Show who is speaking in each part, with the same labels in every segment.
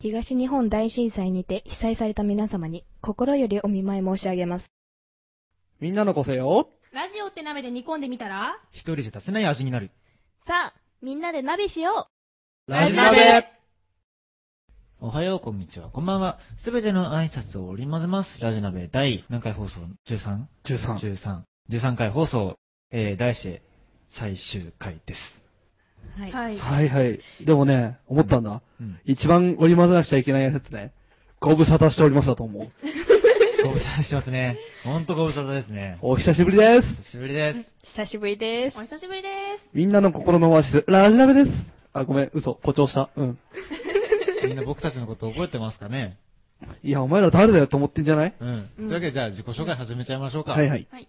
Speaker 1: 東日本大震災にて被災された皆様に心よりお見舞い申し上げます。
Speaker 2: みんなの個性を
Speaker 3: ラジオって鍋で煮込んでみたら
Speaker 4: 一人じゃ出せない味になる。
Speaker 1: さあ、みんなで鍋しよ
Speaker 2: ラジナベ
Speaker 4: おはよう、こんにちは、こんばんは。すべての挨拶を織り交ぜます。ラジナベ第何回放送 ?13?13
Speaker 2: 13。
Speaker 4: 13 13回放送、えー、題して最終回です。
Speaker 1: うはい。
Speaker 3: はい。
Speaker 2: はいはい。でもね、思ったんだ。
Speaker 4: うん。
Speaker 2: 一番織り交ぜなくちゃいけないやつね。ご無沙汰しておりますだと思う。
Speaker 4: ご無沙汰してますね。ほんとご無沙汰ですね。
Speaker 2: お久しぶりです。
Speaker 4: 久しぶりです。
Speaker 1: 久しぶりで
Speaker 3: お
Speaker 1: す。
Speaker 3: 久しぶりです。
Speaker 2: みんなの心のオアシス、ラジナベです。あ、ごめん、嘘、誇張した。うん。
Speaker 4: みんな僕たちのこと覚えてますかね
Speaker 2: いや、お前ら誰だよと思ってんじゃない
Speaker 4: うん。と
Speaker 1: う
Speaker 4: い
Speaker 1: ん
Speaker 4: うわけで、じゃあ自己紹介始めちゃいましょうか。
Speaker 2: はいはい。
Speaker 3: はい。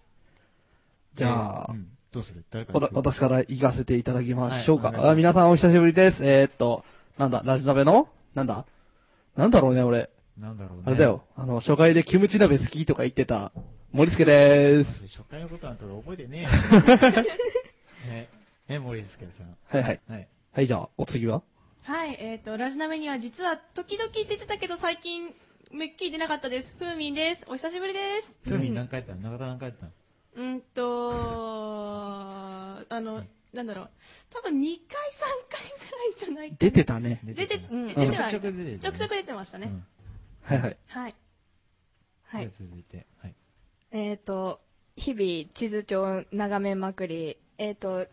Speaker 2: じゃあ
Speaker 4: えーうんどうする誰から
Speaker 2: わた
Speaker 4: 行く
Speaker 2: 私から行かせていただきましょうか。
Speaker 4: はいお願いします
Speaker 2: あ皆さんお久しぶりです。えー、っと、なんだ、ラジナベのなんだなんだろうね、俺。
Speaker 4: なんだろうね。
Speaker 2: あれだよ。あの、初回でキムチ鍋好きとか言ってた、森助でーす。
Speaker 4: 初回のことなんて俺覚え てねえよ。ね、ね、森助さん。
Speaker 2: はいはい。
Speaker 4: はい。
Speaker 2: はい、じゃあ、お次は
Speaker 3: はい、えっ、と、ラジナメには実は時々出てたけど最近、めっきり出なかったです。ふーみんです。お久しぶりです。
Speaker 4: トゥーミン何回やったの中田何回やったの
Speaker 3: うーんとあの、なんだろう。多分2回、3回ぐらいじゃないか。
Speaker 2: 出てたね。
Speaker 3: 出て、
Speaker 4: た
Speaker 1: うん
Speaker 3: 出ては、
Speaker 4: ち
Speaker 3: ちょ
Speaker 4: ょくちょく出てる。
Speaker 3: くちょく出てましたね。
Speaker 4: うん
Speaker 2: はいはい。
Speaker 3: はい。
Speaker 1: は
Speaker 4: じ
Speaker 1: い
Speaker 4: ゃあ。続いて。はい。
Speaker 1: えっ、と、日々地図帳を眺めまくり、えっ、と、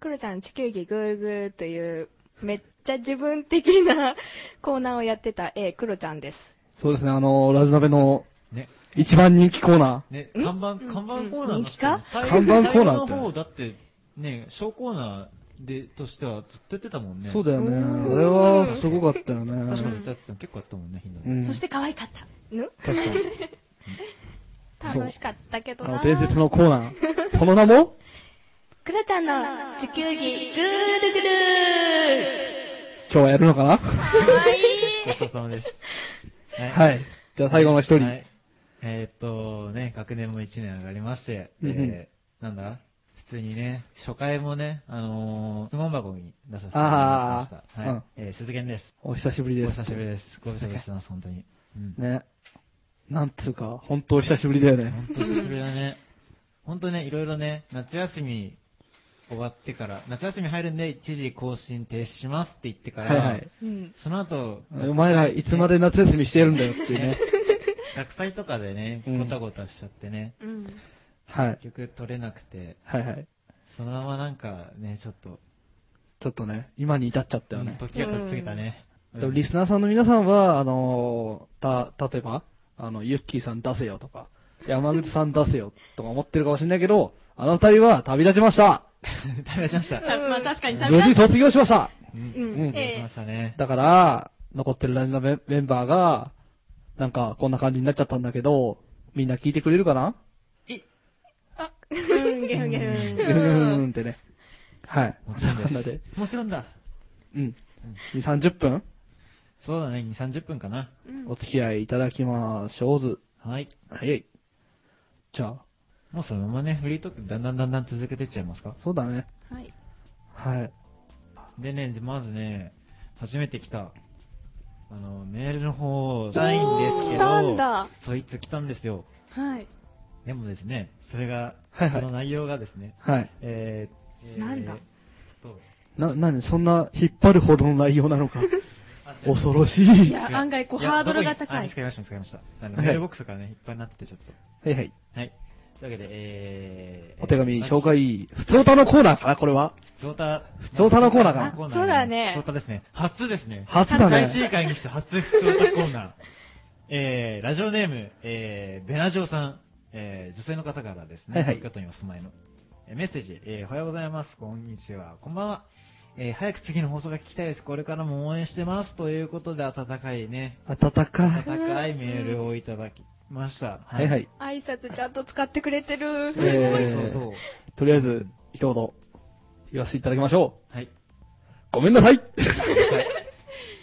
Speaker 1: くるちゃん地球儀ぐーぐーという、めっちゃ自分的な コーナーをやってた、えー、くるちゃんです。
Speaker 2: そうですね、あの、ラジナベの
Speaker 4: ね。
Speaker 2: 一番人気コーナ
Speaker 4: ね、
Speaker 1: ん
Speaker 4: 看板、看板コーナーだったよ
Speaker 1: 人
Speaker 4: ね
Speaker 1: 気か
Speaker 4: 最
Speaker 2: 看板コーナーって
Speaker 4: 最後の方、だって、ね、小コーナーで、としてはずっとやってたもん
Speaker 2: ー。
Speaker 4: ね。
Speaker 2: そうだよね。
Speaker 1: うん
Speaker 2: あれは、すごかったよね。
Speaker 4: 確かずっとやってたの結構やったもんね、頻度
Speaker 2: う
Speaker 4: で。
Speaker 2: ん。
Speaker 3: そして可愛かった。
Speaker 1: ぬ
Speaker 2: 確かに。そう
Speaker 1: 楽しかったけど
Speaker 2: あ
Speaker 1: な
Speaker 2: の、伝説のコーナー。その名も
Speaker 1: くるちゃんの地球儀ぐーぐーぐ
Speaker 2: 今日はやるのかな
Speaker 3: 可愛い
Speaker 4: ごちそうさ まです。は
Speaker 2: はい。じゃあ、最後の一人。
Speaker 4: はいえーっと、ね、学年も1年上がりまして、
Speaker 2: うんうん
Speaker 4: えーなんだ普通にね、初回もね、あのー、質問箱に出させてもらいまし
Speaker 2: あ
Speaker 4: た。
Speaker 2: ー
Speaker 4: はい。
Speaker 2: うん
Speaker 4: えー鈴研です。
Speaker 2: お久しぶり
Speaker 4: お
Speaker 2: です
Speaker 4: 久。しぶ りです。ご無沙汰してます、本当に。うん。
Speaker 2: ね。なんつうか、本当お久しぶりだよね。
Speaker 4: 本当久しぶりだね。本当ね、いろいろね、夏休み終わってから、夏休み入るんで、一時更新停止しますって言ってから、
Speaker 2: はいはい。
Speaker 1: ーうん。
Speaker 4: その後、
Speaker 2: お前らいつまで夏休みしてるんだよっていうね
Speaker 4: ね。学祭とかでね、
Speaker 2: うん
Speaker 4: ごたごたしちゃってね、
Speaker 3: うん。
Speaker 2: はい。
Speaker 4: 結局取れなくて、
Speaker 2: はいはい。
Speaker 4: そのままなんかね、ちょっと、
Speaker 2: ちょっとね、今に至っちゃったよね。
Speaker 4: 時が経ちすぎたね。
Speaker 2: でもリスナーさんの皆さんは、あのーた、例えば、あの、ユッキーさん出せよとか、山口さん出せよとか思ってるかもしれないけど、あの二人は旅立ちました
Speaker 4: ー。 食べしました。
Speaker 3: たまあ確かに食べ
Speaker 2: 無
Speaker 3: た
Speaker 2: 事卒業しました
Speaker 4: うん。
Speaker 1: うん
Speaker 2: うん
Speaker 4: 食べしましたね。
Speaker 2: だから、残ってるラジオメメンバーが、なんか、こんな感じになっちゃったんだけど、みんな聞いてくれるかな
Speaker 3: うん、ゲフゲ
Speaker 2: う
Speaker 3: フ。
Speaker 2: ーんってね。はい。
Speaker 4: もちろんで
Speaker 2: なん
Speaker 4: す
Speaker 2: で。
Speaker 4: もちろんだ。
Speaker 2: うん。2、30分
Speaker 4: そうだね、2、30分かな。
Speaker 3: うん
Speaker 2: お付き合いいただきましょうず。
Speaker 4: はい。
Speaker 2: はい。じゃあ、
Speaker 4: もうそのままね、フリートークだんだんだんだん続けていっちゃいますか。
Speaker 2: そうだね。
Speaker 3: はい。
Speaker 2: はい。
Speaker 4: でね、まずね、初めて来た、あの、メールの方、ないんですけ
Speaker 1: 来たん
Speaker 4: ど、
Speaker 1: だ。
Speaker 4: そう、いつ来たんですよ。
Speaker 3: はい。
Speaker 4: でもですね、それが、
Speaker 2: はいはい
Speaker 4: その内容がですね、
Speaker 2: はい。
Speaker 4: えー、えー
Speaker 1: なんだ
Speaker 4: と
Speaker 2: な、なに、そんな引っ張るほどの内容な のか。
Speaker 4: あ違う
Speaker 2: 恐ろし
Speaker 3: い
Speaker 2: い。は
Speaker 3: や、
Speaker 4: 違
Speaker 3: 案外こう、
Speaker 4: いや
Speaker 3: ハードルが
Speaker 4: どこに
Speaker 3: 高
Speaker 4: あ
Speaker 3: い
Speaker 4: 見つ。かりました、見つかりました。あの、
Speaker 2: はい
Speaker 4: メールボックスがね、いっぱいになってて、ちょっと。
Speaker 2: いはい。
Speaker 4: はい。というわけで、えー、
Speaker 2: お手紙紹
Speaker 4: まず。
Speaker 2: 介、普通歌のコーナーかな、これは。
Speaker 4: 普通歌。
Speaker 2: 普通歌のコーナーかな
Speaker 4: 普通歌のコーナ
Speaker 1: そうだね
Speaker 4: 普通歌ですね。初ですね。
Speaker 2: 初だね
Speaker 4: 最。終回にして初普通歌コーナー。 えー、ラジオネーム、えー、ベナジオさん、えー、女性の方からですね、
Speaker 2: はいはい
Speaker 4: 東京都にお住まいの、えーメッセージ、えー、おはようございます、こんにちは、こんばんは。えー、早く次の放送が聞きたいです。これからも応援してます。ということで、温かいね、
Speaker 2: 暖かい。
Speaker 4: 温かいメールをいただきました。
Speaker 2: はいはい。
Speaker 1: 挨拶ちゃんと使ってくれて る。
Speaker 2: えー
Speaker 4: そうそう。
Speaker 2: とりあえず、一言、言わせていただきましょ
Speaker 4: はい。
Speaker 2: う。ごめんなさいい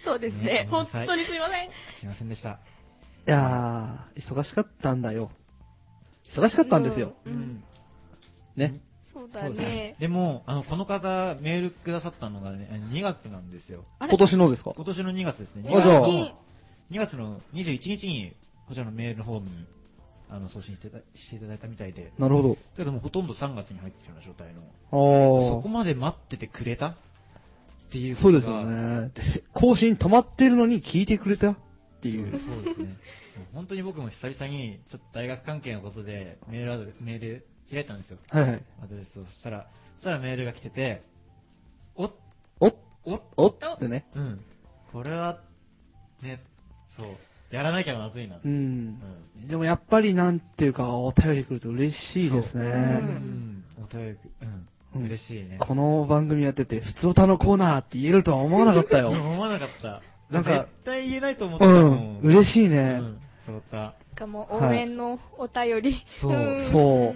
Speaker 1: そうです
Speaker 4: ね
Speaker 1: ね。
Speaker 3: 本当にすいません。
Speaker 4: すいませんでした。
Speaker 2: やー、忙しかったんだよ。忙しかったんですよ。
Speaker 3: うん。
Speaker 2: ね。
Speaker 1: そう
Speaker 4: そ
Speaker 1: だ
Speaker 4: うです
Speaker 1: ね。
Speaker 4: でも、あの、この方、メールくださったのがね、2月なんですよ。
Speaker 3: あれ
Speaker 2: 今年のですか
Speaker 4: 今年の2月ですね。
Speaker 2: あじゃあ
Speaker 4: 2月の21日に、こちらのメールの方に、あの、送信してたしていただいたみたいで。
Speaker 2: なるほ
Speaker 4: だけども、ほとんど3月に入ってるような状態の。
Speaker 2: ど。
Speaker 4: そ
Speaker 2: あ
Speaker 4: こまで待っててくれたってい
Speaker 2: あ。
Speaker 4: う
Speaker 2: そう
Speaker 4: ことが
Speaker 2: ですよ。ね。で更新溜まってるのに聞いてくれたって
Speaker 4: そ
Speaker 2: いうう。
Speaker 4: そうですね。もう本当に僕も久々に、ちょっと大学関係のことで、メールアドレス、メール開いたんですよ。
Speaker 2: はいはい。
Speaker 4: アドレスを。そしたら、そしたらメールが来てて、おっ、
Speaker 2: おっ、
Speaker 4: おっ、
Speaker 2: おっってね。
Speaker 4: うん。これは、ね、そう。やらなきゃまずいな。
Speaker 2: う
Speaker 4: うん
Speaker 2: ん。でもやっぱりなんていうか、お便り来ると嬉しいです
Speaker 4: う
Speaker 1: うん
Speaker 2: ね。
Speaker 4: ん。お便り、う
Speaker 2: うん
Speaker 4: ん。嬉しいね。
Speaker 2: この番組やってて、普通歌のコーナーって言えるとは思わなかった
Speaker 4: うん
Speaker 2: よ。
Speaker 4: 思わなかった。
Speaker 2: なんか
Speaker 4: 絶対言えないと思って
Speaker 2: う
Speaker 4: たも
Speaker 2: ん。嬉しいうね。
Speaker 4: ん。そうだ。
Speaker 1: なんかもう応援のお便り。
Speaker 4: そう
Speaker 1: うん
Speaker 2: そう。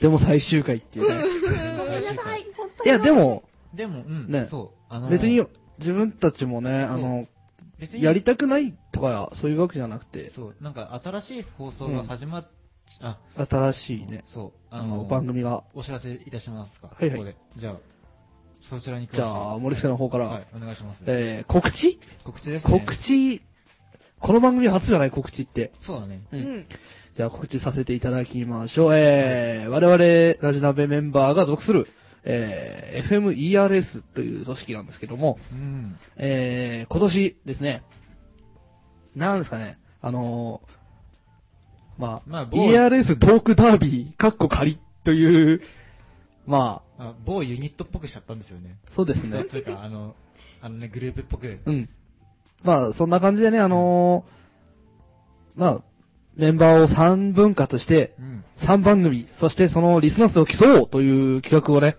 Speaker 2: でも最終回っていうね。
Speaker 4: ごめんなさい
Speaker 3: 本当
Speaker 2: いや、でも、
Speaker 4: でも、うん。
Speaker 2: ね
Speaker 4: そう。あの、
Speaker 2: 別に、自分たちもね、あの、
Speaker 4: 別に
Speaker 2: やりたくないとか、そういうわけじゃなくて、
Speaker 4: そう、なんか新しい放送が始まっ、あ、
Speaker 2: 新しいね、
Speaker 4: そう、
Speaker 2: あ
Speaker 4: あ
Speaker 2: の、
Speaker 4: の、
Speaker 2: 番組が。
Speaker 4: お知らせいたしますか。
Speaker 2: はいはい
Speaker 4: ここで。じゃあ、そちらに詳しい
Speaker 2: じゃあ、森助の方から、
Speaker 4: はい、お願いします。
Speaker 2: えー、告知
Speaker 4: 告知ですね。
Speaker 2: 告知、この番組初じゃない告知って。
Speaker 4: そうだね。
Speaker 2: う
Speaker 1: うんん。
Speaker 2: じゃあ告知させていただきましょう。えー、我々ラジナベメンバーが属する、えー、FMERS という組織なんですけども、
Speaker 4: うん。
Speaker 2: えー、今年ですね、なんですかね、あのー、まあ、
Speaker 4: まあ某
Speaker 2: ERS トークダービー、カッコ仮という、まあ、
Speaker 4: あ某ユニットっぽくしちゃったんですよね。
Speaker 2: そうです
Speaker 4: どっ
Speaker 2: ね。
Speaker 4: ちか、あの、あのね、グループっぽく。
Speaker 2: うん。まあ、そんな感じでね、あのー、まあ、メンバーを3分割して、
Speaker 4: うん。
Speaker 2: 3番組、そしてそのリスナー数を競おうという企画をね、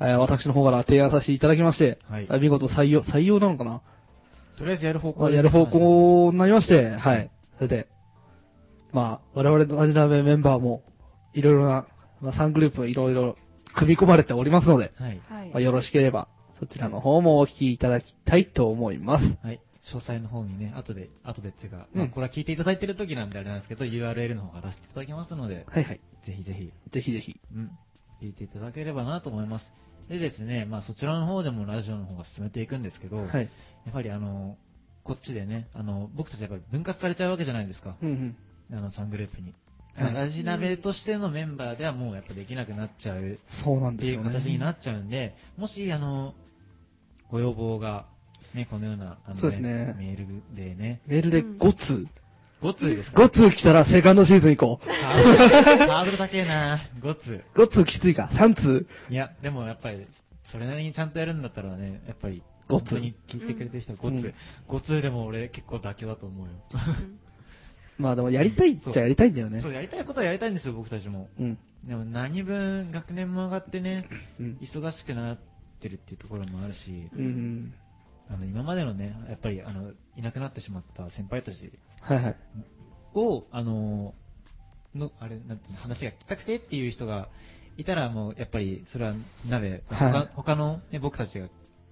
Speaker 2: えー私の方から提案させていただきまして、
Speaker 4: はい
Speaker 2: 見事採用、採用なのかな
Speaker 4: とりあえずやる方向
Speaker 2: まあ、
Speaker 4: で
Speaker 2: やる方向になりまして、はい。それで、まあ、我々のアジナベメンバーも、いろいろな、まあ、3グループいろいろ組み込まれておりますので、
Speaker 4: はい。
Speaker 1: はい
Speaker 2: まあ、。よろしければ、そちらの方もお聞きいただきたいと思います。
Speaker 4: はい。詳細の方にね、後で、後でっていうか、
Speaker 2: うん
Speaker 4: まあこれは聞いていただいてる時なんであれなんですけど、URL の方からしていただきますので、
Speaker 2: はいはい。
Speaker 4: ぜひぜひ、
Speaker 2: ぜひぜひ。
Speaker 4: うん、聞いていただければなと思います。でですね、まあそちらの方でもラジオの方が進めていくんですけど、
Speaker 2: はい。
Speaker 4: やはりあの、こっちでね、あの、僕たちやっぱり分割されちゃうわけじゃないですか。
Speaker 2: うんうん。
Speaker 4: あの、3グループに。
Speaker 2: はい
Speaker 4: ラジナベとしてのメンバーではもうやっぱできなくなっちゃうっ
Speaker 2: そうなん
Speaker 4: て
Speaker 2: です
Speaker 4: い
Speaker 2: よ
Speaker 4: う
Speaker 2: ね。
Speaker 4: 形になっちゃうんで、もしあの、ご要望が、ね、このような、あの
Speaker 2: そうですね
Speaker 4: メールでね、
Speaker 2: メールで5通。
Speaker 4: 5通ですか
Speaker 2: 5通来たらセカンドシーズン行こ
Speaker 4: ハードルハードル高えな5通。
Speaker 2: う。5通きついか。3通。
Speaker 4: いや、でもやっぱり、それなりにちゃんとやるんだったらね、やっぱり、
Speaker 2: ご
Speaker 4: 本
Speaker 2: つ
Speaker 4: 当に聞いてくれてる人はご
Speaker 2: う
Speaker 4: つ
Speaker 2: ん。
Speaker 4: ごつでも俺結構妥協だと思うよ。
Speaker 2: まあでもやりたいっちゃやりたいんだよね
Speaker 4: そ。う、やりたいことはやりたいんですよ、僕たちも。
Speaker 2: うん。
Speaker 4: でも何分学年も上がってね、
Speaker 2: うん。
Speaker 4: 忙しくなってるっていうところもあるし、
Speaker 2: うんうん。
Speaker 4: あの、今までのね、やっぱり、あの、いなくなってしまった先輩たち
Speaker 2: はいはい。
Speaker 4: を、あの、の、あれ、なんていうの、話が聞きたくてっていう人がいたら、もう、やっぱり、それは鍋、
Speaker 2: はい
Speaker 4: 他他の、ね、僕たちが、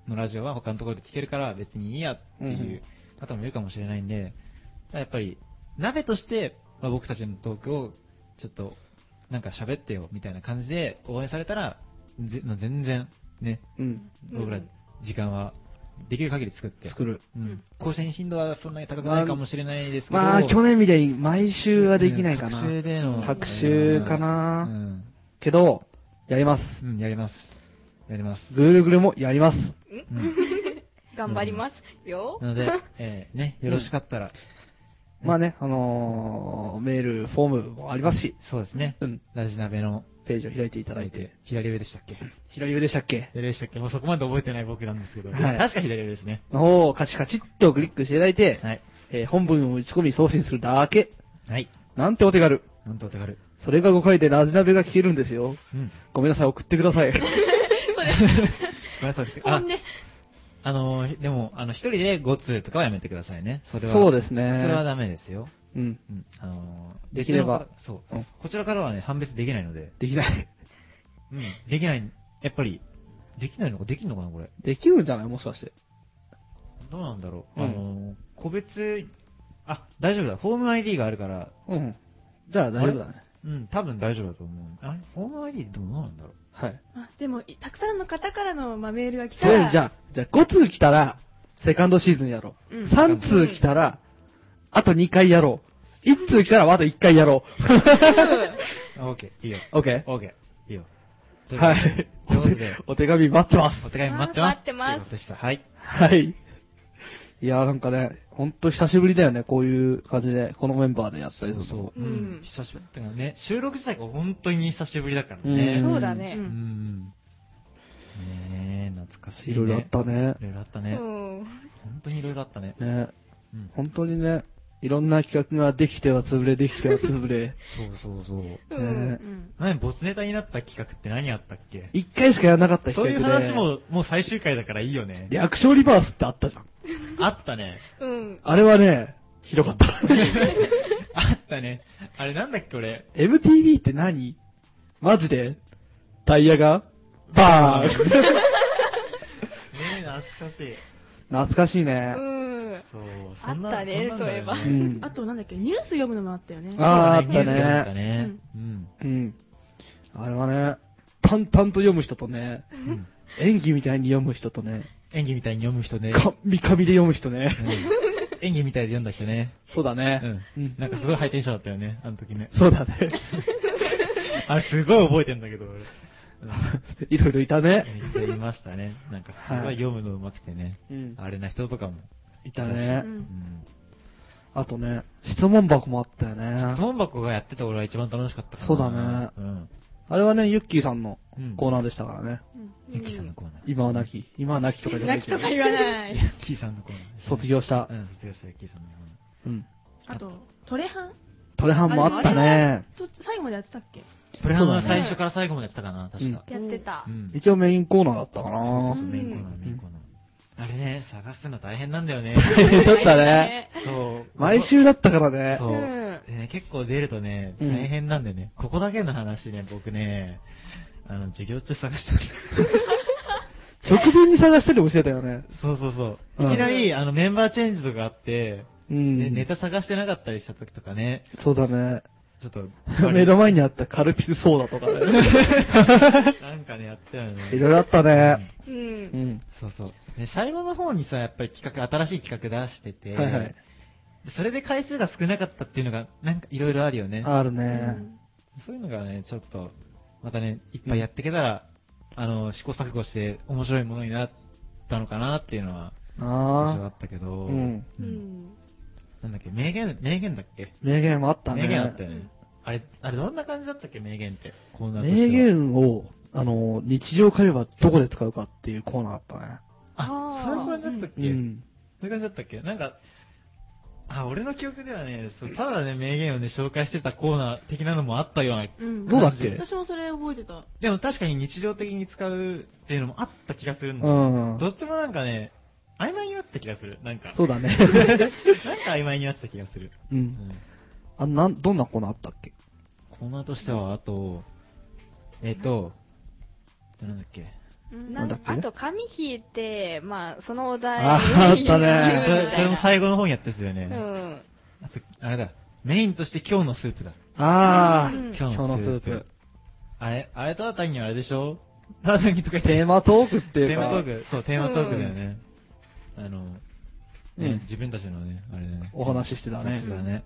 Speaker 4: のラジオは他のところで聞けるから別にいいやっていう方もいるかもしれないんで、やっぱり、鍋として、まあ、僕たちのトークを、ちょっと、なんか喋ってよ、みたいな感じで応援されたら、ぜまあ全然、ね、
Speaker 2: うん。
Speaker 4: 僕ら
Speaker 1: うん、
Speaker 4: 時間は、できる限り作って。
Speaker 2: 作る。
Speaker 4: うん。更新頻度はそんなに高くないかもしれないですけど。
Speaker 2: まあ、去年みたいに毎週はできないかな。
Speaker 4: 学習での。
Speaker 2: 隔週か
Speaker 4: う
Speaker 2: な、
Speaker 4: ん。
Speaker 2: けど、やります
Speaker 4: う。ん、やります。やります。
Speaker 2: ぐるぐるもやります。
Speaker 4: うん
Speaker 1: 頑張りますよ。
Speaker 4: な ので、えーね、よろしかったら、
Speaker 2: まあね、あのー、メール、フォームもありますし、
Speaker 4: そうですね、
Speaker 2: うん、
Speaker 4: ラジナベの、
Speaker 2: ページを開いていただいて。
Speaker 4: 左上でしたっけ
Speaker 2: 左上でしたっけ
Speaker 4: 左上でしたっけもうそこまで覚えてない僕なんですけど、
Speaker 2: はい
Speaker 4: 確か左上ですね。
Speaker 2: の方をカチカチっとクリックしていただいて、
Speaker 4: はい。
Speaker 2: えー本文を打ち込み送信するだけ。
Speaker 4: はい。
Speaker 2: なんてお手軽。
Speaker 4: なんとお手軽。
Speaker 2: それが5回でラジナベが聞けるんですよ。
Speaker 4: うん。
Speaker 2: ごめんなさい、送ってください。
Speaker 4: ごめんなさい。あ、あのー、でも、あの、一人で5通とかはやめてくださいね。それは。
Speaker 2: そうですね。
Speaker 4: それはダメですよ。
Speaker 2: うん。
Speaker 4: うん。あのー、
Speaker 2: できれば
Speaker 4: 別の方そう、
Speaker 2: うん
Speaker 4: こちらからはね、判別できないので。
Speaker 2: できない。
Speaker 4: うん。できない、やっぱり、できないのか、できんのかな、これ。
Speaker 2: できるんじゃないもしかして。
Speaker 4: どうなんだろう。
Speaker 2: うん
Speaker 4: あの、個別、あ、大丈夫だ。ホーム ID があるから、
Speaker 2: うん。じゃあ大丈夫だね。
Speaker 4: うん、多分大丈夫だと思う。あれ、ホーム ID ってどうなんだろう。
Speaker 2: はい。
Speaker 3: あでも、いたくさんの方からの、まあ、メールが来た
Speaker 2: そ
Speaker 3: ら。
Speaker 2: れじゃあ、じゃあ5通来たら、セカンドシーズンやろう。
Speaker 3: うん
Speaker 2: 3通来たら、あと2回やろう。1通来たら、あと1回やろ
Speaker 4: あオッケー、いいよ。
Speaker 2: う。オッ ケ
Speaker 4: オッケー、いいよ。
Speaker 2: ーは
Speaker 4: という
Speaker 2: い
Speaker 4: ことで、。
Speaker 2: お手紙待ってま
Speaker 4: お
Speaker 2: す。
Speaker 4: 手紙待ってます。
Speaker 1: 待ってます
Speaker 4: ということでした。はい。
Speaker 2: はい。いやーなんかね、ほんと久しぶりだよね、こういう感じで、このメンバーでやったりするのも
Speaker 4: う
Speaker 1: うん
Speaker 4: ん。久しぶり。てかね、収録自体が本当に久しぶりだから
Speaker 2: うん
Speaker 4: ね。
Speaker 1: そうだ
Speaker 3: う
Speaker 1: ね。
Speaker 3: ん
Speaker 4: ん。ねえ、懐かしい、ね。
Speaker 2: いろいろあったね。
Speaker 4: いろいろあった
Speaker 1: う
Speaker 4: ね。
Speaker 1: ん。
Speaker 4: 本当にいろいろあったね。
Speaker 2: ね、
Speaker 4: うん。
Speaker 2: 本当にね、いろんな企画ができては潰れ、できては潰 れ。
Speaker 4: そうそうそう。
Speaker 1: うん
Speaker 2: ね
Speaker 3: うん
Speaker 4: 何、ボスネタになった企画って何あったっけ
Speaker 2: 一回しかやらなかった
Speaker 4: そう
Speaker 2: 企
Speaker 4: い
Speaker 2: 画
Speaker 4: う
Speaker 2: で。
Speaker 4: 話。も、もう最終回だからいいよね。
Speaker 2: 略称リバースってあったじゃん。
Speaker 4: あったね。
Speaker 1: うん。
Speaker 2: あれはね、ひどか った。
Speaker 4: あったね。あれなんだっけ、俺。
Speaker 2: MTV って何マジでタイヤがバーン
Speaker 4: ねえ、懐かしい。
Speaker 2: 懐かしいね。
Speaker 1: うん。
Speaker 4: そう、そんな、
Speaker 1: あったね
Speaker 4: そんなんだよ
Speaker 2: う
Speaker 1: そ
Speaker 2: ん。
Speaker 3: あと、なんだっけ、ニュース読むのもあったよね。
Speaker 2: あーあ
Speaker 4: そうだ
Speaker 2: ったね
Speaker 4: ニュースでやったね。うん。
Speaker 2: うん。あれはね、淡々と読む人とね、
Speaker 4: うん
Speaker 2: 演技みたいに読む人とね、
Speaker 4: 演技みたいに読む人ね。
Speaker 2: かみかみで読む人ね。
Speaker 4: うん演技みたいで読んだ人ね。
Speaker 2: そうだね。
Speaker 4: う
Speaker 2: うんん。
Speaker 4: なんかすごいハイテンションだったよね、あの時ね。
Speaker 2: そうだ ね。
Speaker 4: あれすごい覚えてんだけど、俺。
Speaker 2: いろいろいたね。
Speaker 4: 言いまし たね。なんかすごい読むの上手くてね。
Speaker 2: うん。
Speaker 4: あれな人とかも。
Speaker 2: いた
Speaker 3: う
Speaker 2: ね。
Speaker 4: うんん
Speaker 2: あとね、質問箱もあったよね
Speaker 4: 質。問箱がやってて俺は一番楽しかったかな
Speaker 2: そうだね
Speaker 4: うん。
Speaker 2: あれはね、ユッキーさんの
Speaker 4: うん
Speaker 2: コーナーでしたからね。
Speaker 3: うん
Speaker 4: ユッキーさんのコーナー。
Speaker 2: 今はなき、今はなきとかじゃな
Speaker 3: 泣
Speaker 2: い
Speaker 3: き
Speaker 2: けど
Speaker 3: とか。言わな い。
Speaker 4: ユッキーさんのコーナー。
Speaker 2: 卒業した
Speaker 4: う。ん、卒業したユッキーさんのコーナー。
Speaker 2: うん。
Speaker 3: あと、トレハン
Speaker 2: トレハンもあった
Speaker 3: あれ
Speaker 2: ね。
Speaker 3: と最後までやってたっけ
Speaker 4: プレハンは最初から最後までやってたかな、確か。
Speaker 1: やってた
Speaker 4: う。ん。
Speaker 2: 一応メインコーナーだったか
Speaker 4: そうそう
Speaker 2: な
Speaker 4: そう、
Speaker 1: うん
Speaker 4: メインコーナー、メインコーナー。あれね、探すの大変なん だよね。
Speaker 2: だったね。。
Speaker 4: そう。
Speaker 2: 毎週だったからね。
Speaker 4: そうう。
Speaker 1: ん
Speaker 4: でね結構出るとね、
Speaker 2: うん
Speaker 4: 大変なんだよね。ここだけの話ね、僕ね、あの、授業中探してまし
Speaker 2: 直前に探したりもしてたよね。
Speaker 4: た。そうそうそ
Speaker 2: う
Speaker 4: う。い
Speaker 2: ん
Speaker 4: きなり、あの、メンバーチェンジとかあって、
Speaker 2: う
Speaker 4: ねネ
Speaker 2: ん。
Speaker 4: タ探してなかったりした時とかね、
Speaker 2: そうだね。
Speaker 4: ち ょっと、
Speaker 2: 目の前にあったカルピスソーダとかね。
Speaker 4: なんかね、やったよね。
Speaker 2: いろいろあったね。
Speaker 1: う。
Speaker 2: うんん。
Speaker 4: そうそう。で最後の方にさ、やっぱり企画、新しい企画出してて、
Speaker 2: はいはい。
Speaker 4: それで回数が少なかったっていうのが、なんかいろいろあるよね。
Speaker 2: ある
Speaker 3: う
Speaker 2: ね。
Speaker 3: ん
Speaker 4: そういうのがね、ちょっと、またね、いっぱいやっていけたら、あの、試行錯誤して面白いものになったのかなっていうのは、印象
Speaker 2: あ
Speaker 4: あったけど、
Speaker 2: あ。う
Speaker 1: う
Speaker 2: ん。
Speaker 4: うん
Speaker 1: ん。
Speaker 4: なんだっけ、名言、名言だっけ
Speaker 2: 名言もあったね。
Speaker 4: 名言あったよね。あれ、あれどんな感じだったっけ、名言って。コーナーとして
Speaker 2: 名
Speaker 4: は
Speaker 2: 言を、あの、日常会話どこで使うかっていうコーナーだったね。
Speaker 1: あ
Speaker 4: あ
Speaker 1: ー、
Speaker 4: そういう感じだったっ
Speaker 2: う
Speaker 4: け、
Speaker 2: ん。
Speaker 4: そういう感じだったっけなんか、あ、俺の記憶ではね、そうただね、名言をね、紹介してたコーナー的なのもあったような。
Speaker 3: うん
Speaker 2: どうだっけ
Speaker 3: 私もそれ覚えてた。
Speaker 4: でも確かに日常的に使うっていうのもあった気がするんだよね
Speaker 2: うん。
Speaker 4: どっちもなんかね、曖昧になった気がする。なんか、
Speaker 2: そうだね。
Speaker 4: なんか曖昧になってた気がする。
Speaker 2: う。
Speaker 4: うんん。
Speaker 2: あ、なん、どんなコーナーあったっけ
Speaker 4: コーナーとしては、あと、えっ、と、なんだっけ。
Speaker 3: うん
Speaker 2: な
Speaker 1: なん
Speaker 2: だっけ
Speaker 1: あと、紙引いて、まあ、そのお題
Speaker 2: ああったね
Speaker 4: それそれも
Speaker 1: 後。
Speaker 4: 最後の方にやったやつだよね。
Speaker 1: うん。
Speaker 4: あと、あれだ。メインとして今日のスープだ。
Speaker 2: ああ、
Speaker 1: うん
Speaker 4: 今日のスープ。
Speaker 2: 今日のスープ
Speaker 4: あれ、あれただ単にあれでしょただ単にとか言っ
Speaker 2: テ
Speaker 4: て
Speaker 2: ー。マトークってい
Speaker 4: テ
Speaker 2: う
Speaker 4: ーマ
Speaker 2: か。
Speaker 4: トーク。そう、テーマトークだよね。あの、ね
Speaker 2: うん
Speaker 4: 自分たちのね、あれね。
Speaker 2: お話ししてたね
Speaker 4: そうだね。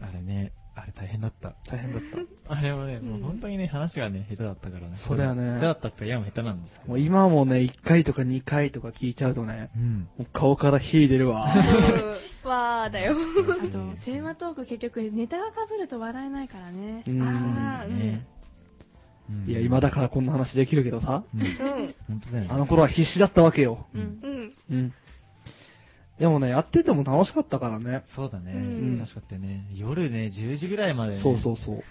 Speaker 4: あれね、あれ大変だった。
Speaker 2: 大変だった。
Speaker 4: あれはね、
Speaker 1: うん
Speaker 4: もう本当にね、話がね、下手だったからね。
Speaker 2: そうだよね
Speaker 4: 下手だったっていうか、いや、もう下手なんですけど
Speaker 2: もう今もね、1回とか2回とか聞いちゃうとね、
Speaker 4: うん。
Speaker 2: もう顔から火出るわ。
Speaker 1: うんわーだよ。
Speaker 4: あ
Speaker 3: あと、テーマトーク結局ネタが被ると笑えないからね
Speaker 2: う。ん
Speaker 1: あー
Speaker 4: ね。うん
Speaker 2: いや、今だからこんな話できるけどさ、
Speaker 4: うん。
Speaker 1: うん。
Speaker 4: 本当だよね。
Speaker 2: あの頃は必死だったわけよ。
Speaker 3: うん
Speaker 1: うん。
Speaker 2: うん。でもね、やってても楽しかったからね。
Speaker 4: そうだね。
Speaker 1: うん
Speaker 4: 楽しかったよね。夜ね、10時ぐらいまでね。
Speaker 2: そうそうそう。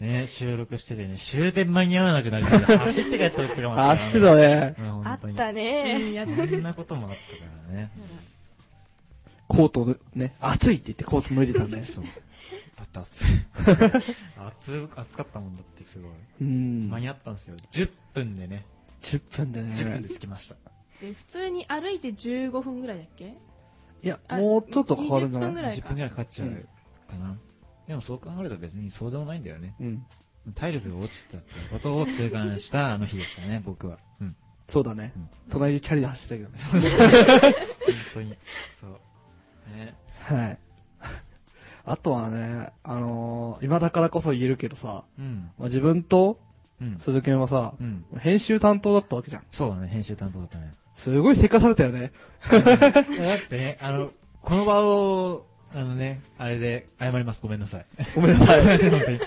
Speaker 4: ね、収録しててね、終電間に合わなくなりそうで 走って帰った時とかもあ
Speaker 2: あ、
Speaker 4: った
Speaker 2: して
Speaker 4: から
Speaker 2: た
Speaker 4: ね。
Speaker 2: ね。
Speaker 4: うん
Speaker 1: あ
Speaker 4: 本当
Speaker 1: っ
Speaker 4: に
Speaker 1: た
Speaker 3: うん
Speaker 1: ね。
Speaker 3: やっ
Speaker 4: そんなこともあったからね。
Speaker 2: コートね、暑いって言ってコート脱いでたね。
Speaker 4: そう。だって暑い。暑、暑かったもんだってすごい。
Speaker 2: うん。
Speaker 4: 間に合ったんですよ。10分でね。
Speaker 2: 10分でね。
Speaker 4: 10分で着きました。
Speaker 3: で普通に歩いて15分ぐらいだっけ
Speaker 2: いや、
Speaker 3: あ
Speaker 2: もうちょっとかかるんじゃ
Speaker 3: 20分
Speaker 2: な
Speaker 3: ぐ
Speaker 2: い
Speaker 3: らい
Speaker 4: 10分ぐらいかかっちゃうかな。でもそう考えると別にそうでもないんだよね。
Speaker 2: うん。
Speaker 4: 体力が落ちたってことを痛感したあの日でしたね、僕は。うん。
Speaker 2: そうだね
Speaker 4: うん。
Speaker 2: 隣でチャリで走ってたけどね。
Speaker 4: 本当に。そう。ね。
Speaker 2: はい。 あとはね、あのー今だからこそ言えるけどさ、
Speaker 4: うん。
Speaker 2: まあ、自分と
Speaker 4: うん。
Speaker 2: 鈴木はさ
Speaker 4: う、ん。
Speaker 2: 編集担当だったわけじゃん。
Speaker 4: そうだね、編集担当だったね。
Speaker 2: すごいせかされたよね。
Speaker 4: いやだってね、あの、この場を、あのね、あれで謝ります。ごめんなさい。
Speaker 2: ごめんなさ。
Speaker 4: ごめ んないさい、本当に。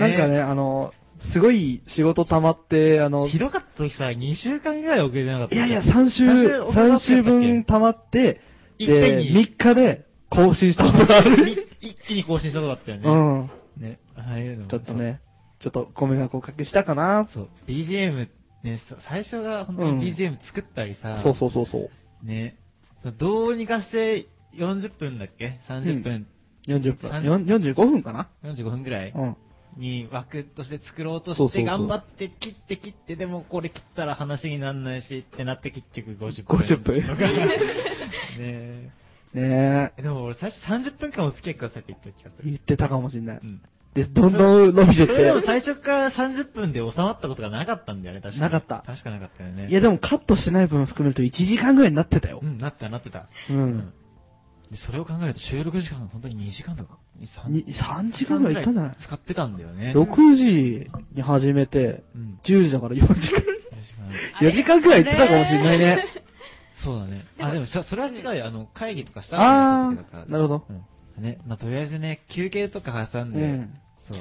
Speaker 2: なんかね、あのーすごい仕事溜まって、あの、
Speaker 4: ひどかった時さ、2週間ぐらい遅れてなかった。
Speaker 2: いやいや、3週、
Speaker 4: 三週
Speaker 2: 3週分溜まって、
Speaker 4: いっぺん
Speaker 2: で、
Speaker 4: に、
Speaker 2: 3日で更新したことがある。
Speaker 4: み一気に更新したことだったよね。
Speaker 2: うん。
Speaker 4: ね、ああいうのも
Speaker 2: ちょっと。ね、ちょっとご迷惑をおかけしたかな。
Speaker 4: そう、BGM、ね、さ最初が本当
Speaker 2: うん
Speaker 4: に BGM 作ったりさ、
Speaker 2: そうそうそうそう。
Speaker 4: ね、どうにかして40分だっけ ?30 分、
Speaker 2: 40分。
Speaker 4: 三
Speaker 2: よん45分かな
Speaker 4: 45分ぐらい
Speaker 2: うん。
Speaker 4: に枠として作ろうと
Speaker 2: そう
Speaker 4: し
Speaker 2: そうそ
Speaker 4: て
Speaker 2: う
Speaker 4: 頑張って切って切って、でもこれ切ったら話になんないしってなって結局50分。
Speaker 2: 50分
Speaker 4: とかね
Speaker 2: ねえ。
Speaker 4: え。でも俺最初30分間お付き合いくださいって言った気がする。
Speaker 2: 言ってたかもしんない。
Speaker 4: うん。
Speaker 2: で、どんどん伸びてっ
Speaker 4: それでも
Speaker 2: て。
Speaker 4: 最初から30分で収まったことがなかったんだよね、確か
Speaker 2: なかった
Speaker 4: 確かなかったよね。
Speaker 2: いや、でもカットしてない分含めると1時間ぐらいになってたよ
Speaker 4: う。ん、なってた、なってた。
Speaker 2: う。。
Speaker 4: うんで、それを考えると収録時間が本当に2時間とか、3
Speaker 2: に3時間ぐらいいったんじゃない
Speaker 4: 使ってたんだよね。
Speaker 2: 6時に始めて、
Speaker 4: うん。
Speaker 2: 10時だから4時間、4
Speaker 4: 4時間
Speaker 2: 時間ぐらい行ってたかもしんないね。
Speaker 4: そうだね。
Speaker 1: で
Speaker 4: あ、
Speaker 1: も
Speaker 4: でもそ、それは違うよ。あの、会議とかしたら
Speaker 2: あ
Speaker 4: ね
Speaker 2: ー、なるほど。
Speaker 4: うん。ね、まあ、とりあえずね、休憩とか挟ん
Speaker 2: う
Speaker 4: で、
Speaker 2: ん。
Speaker 4: そう。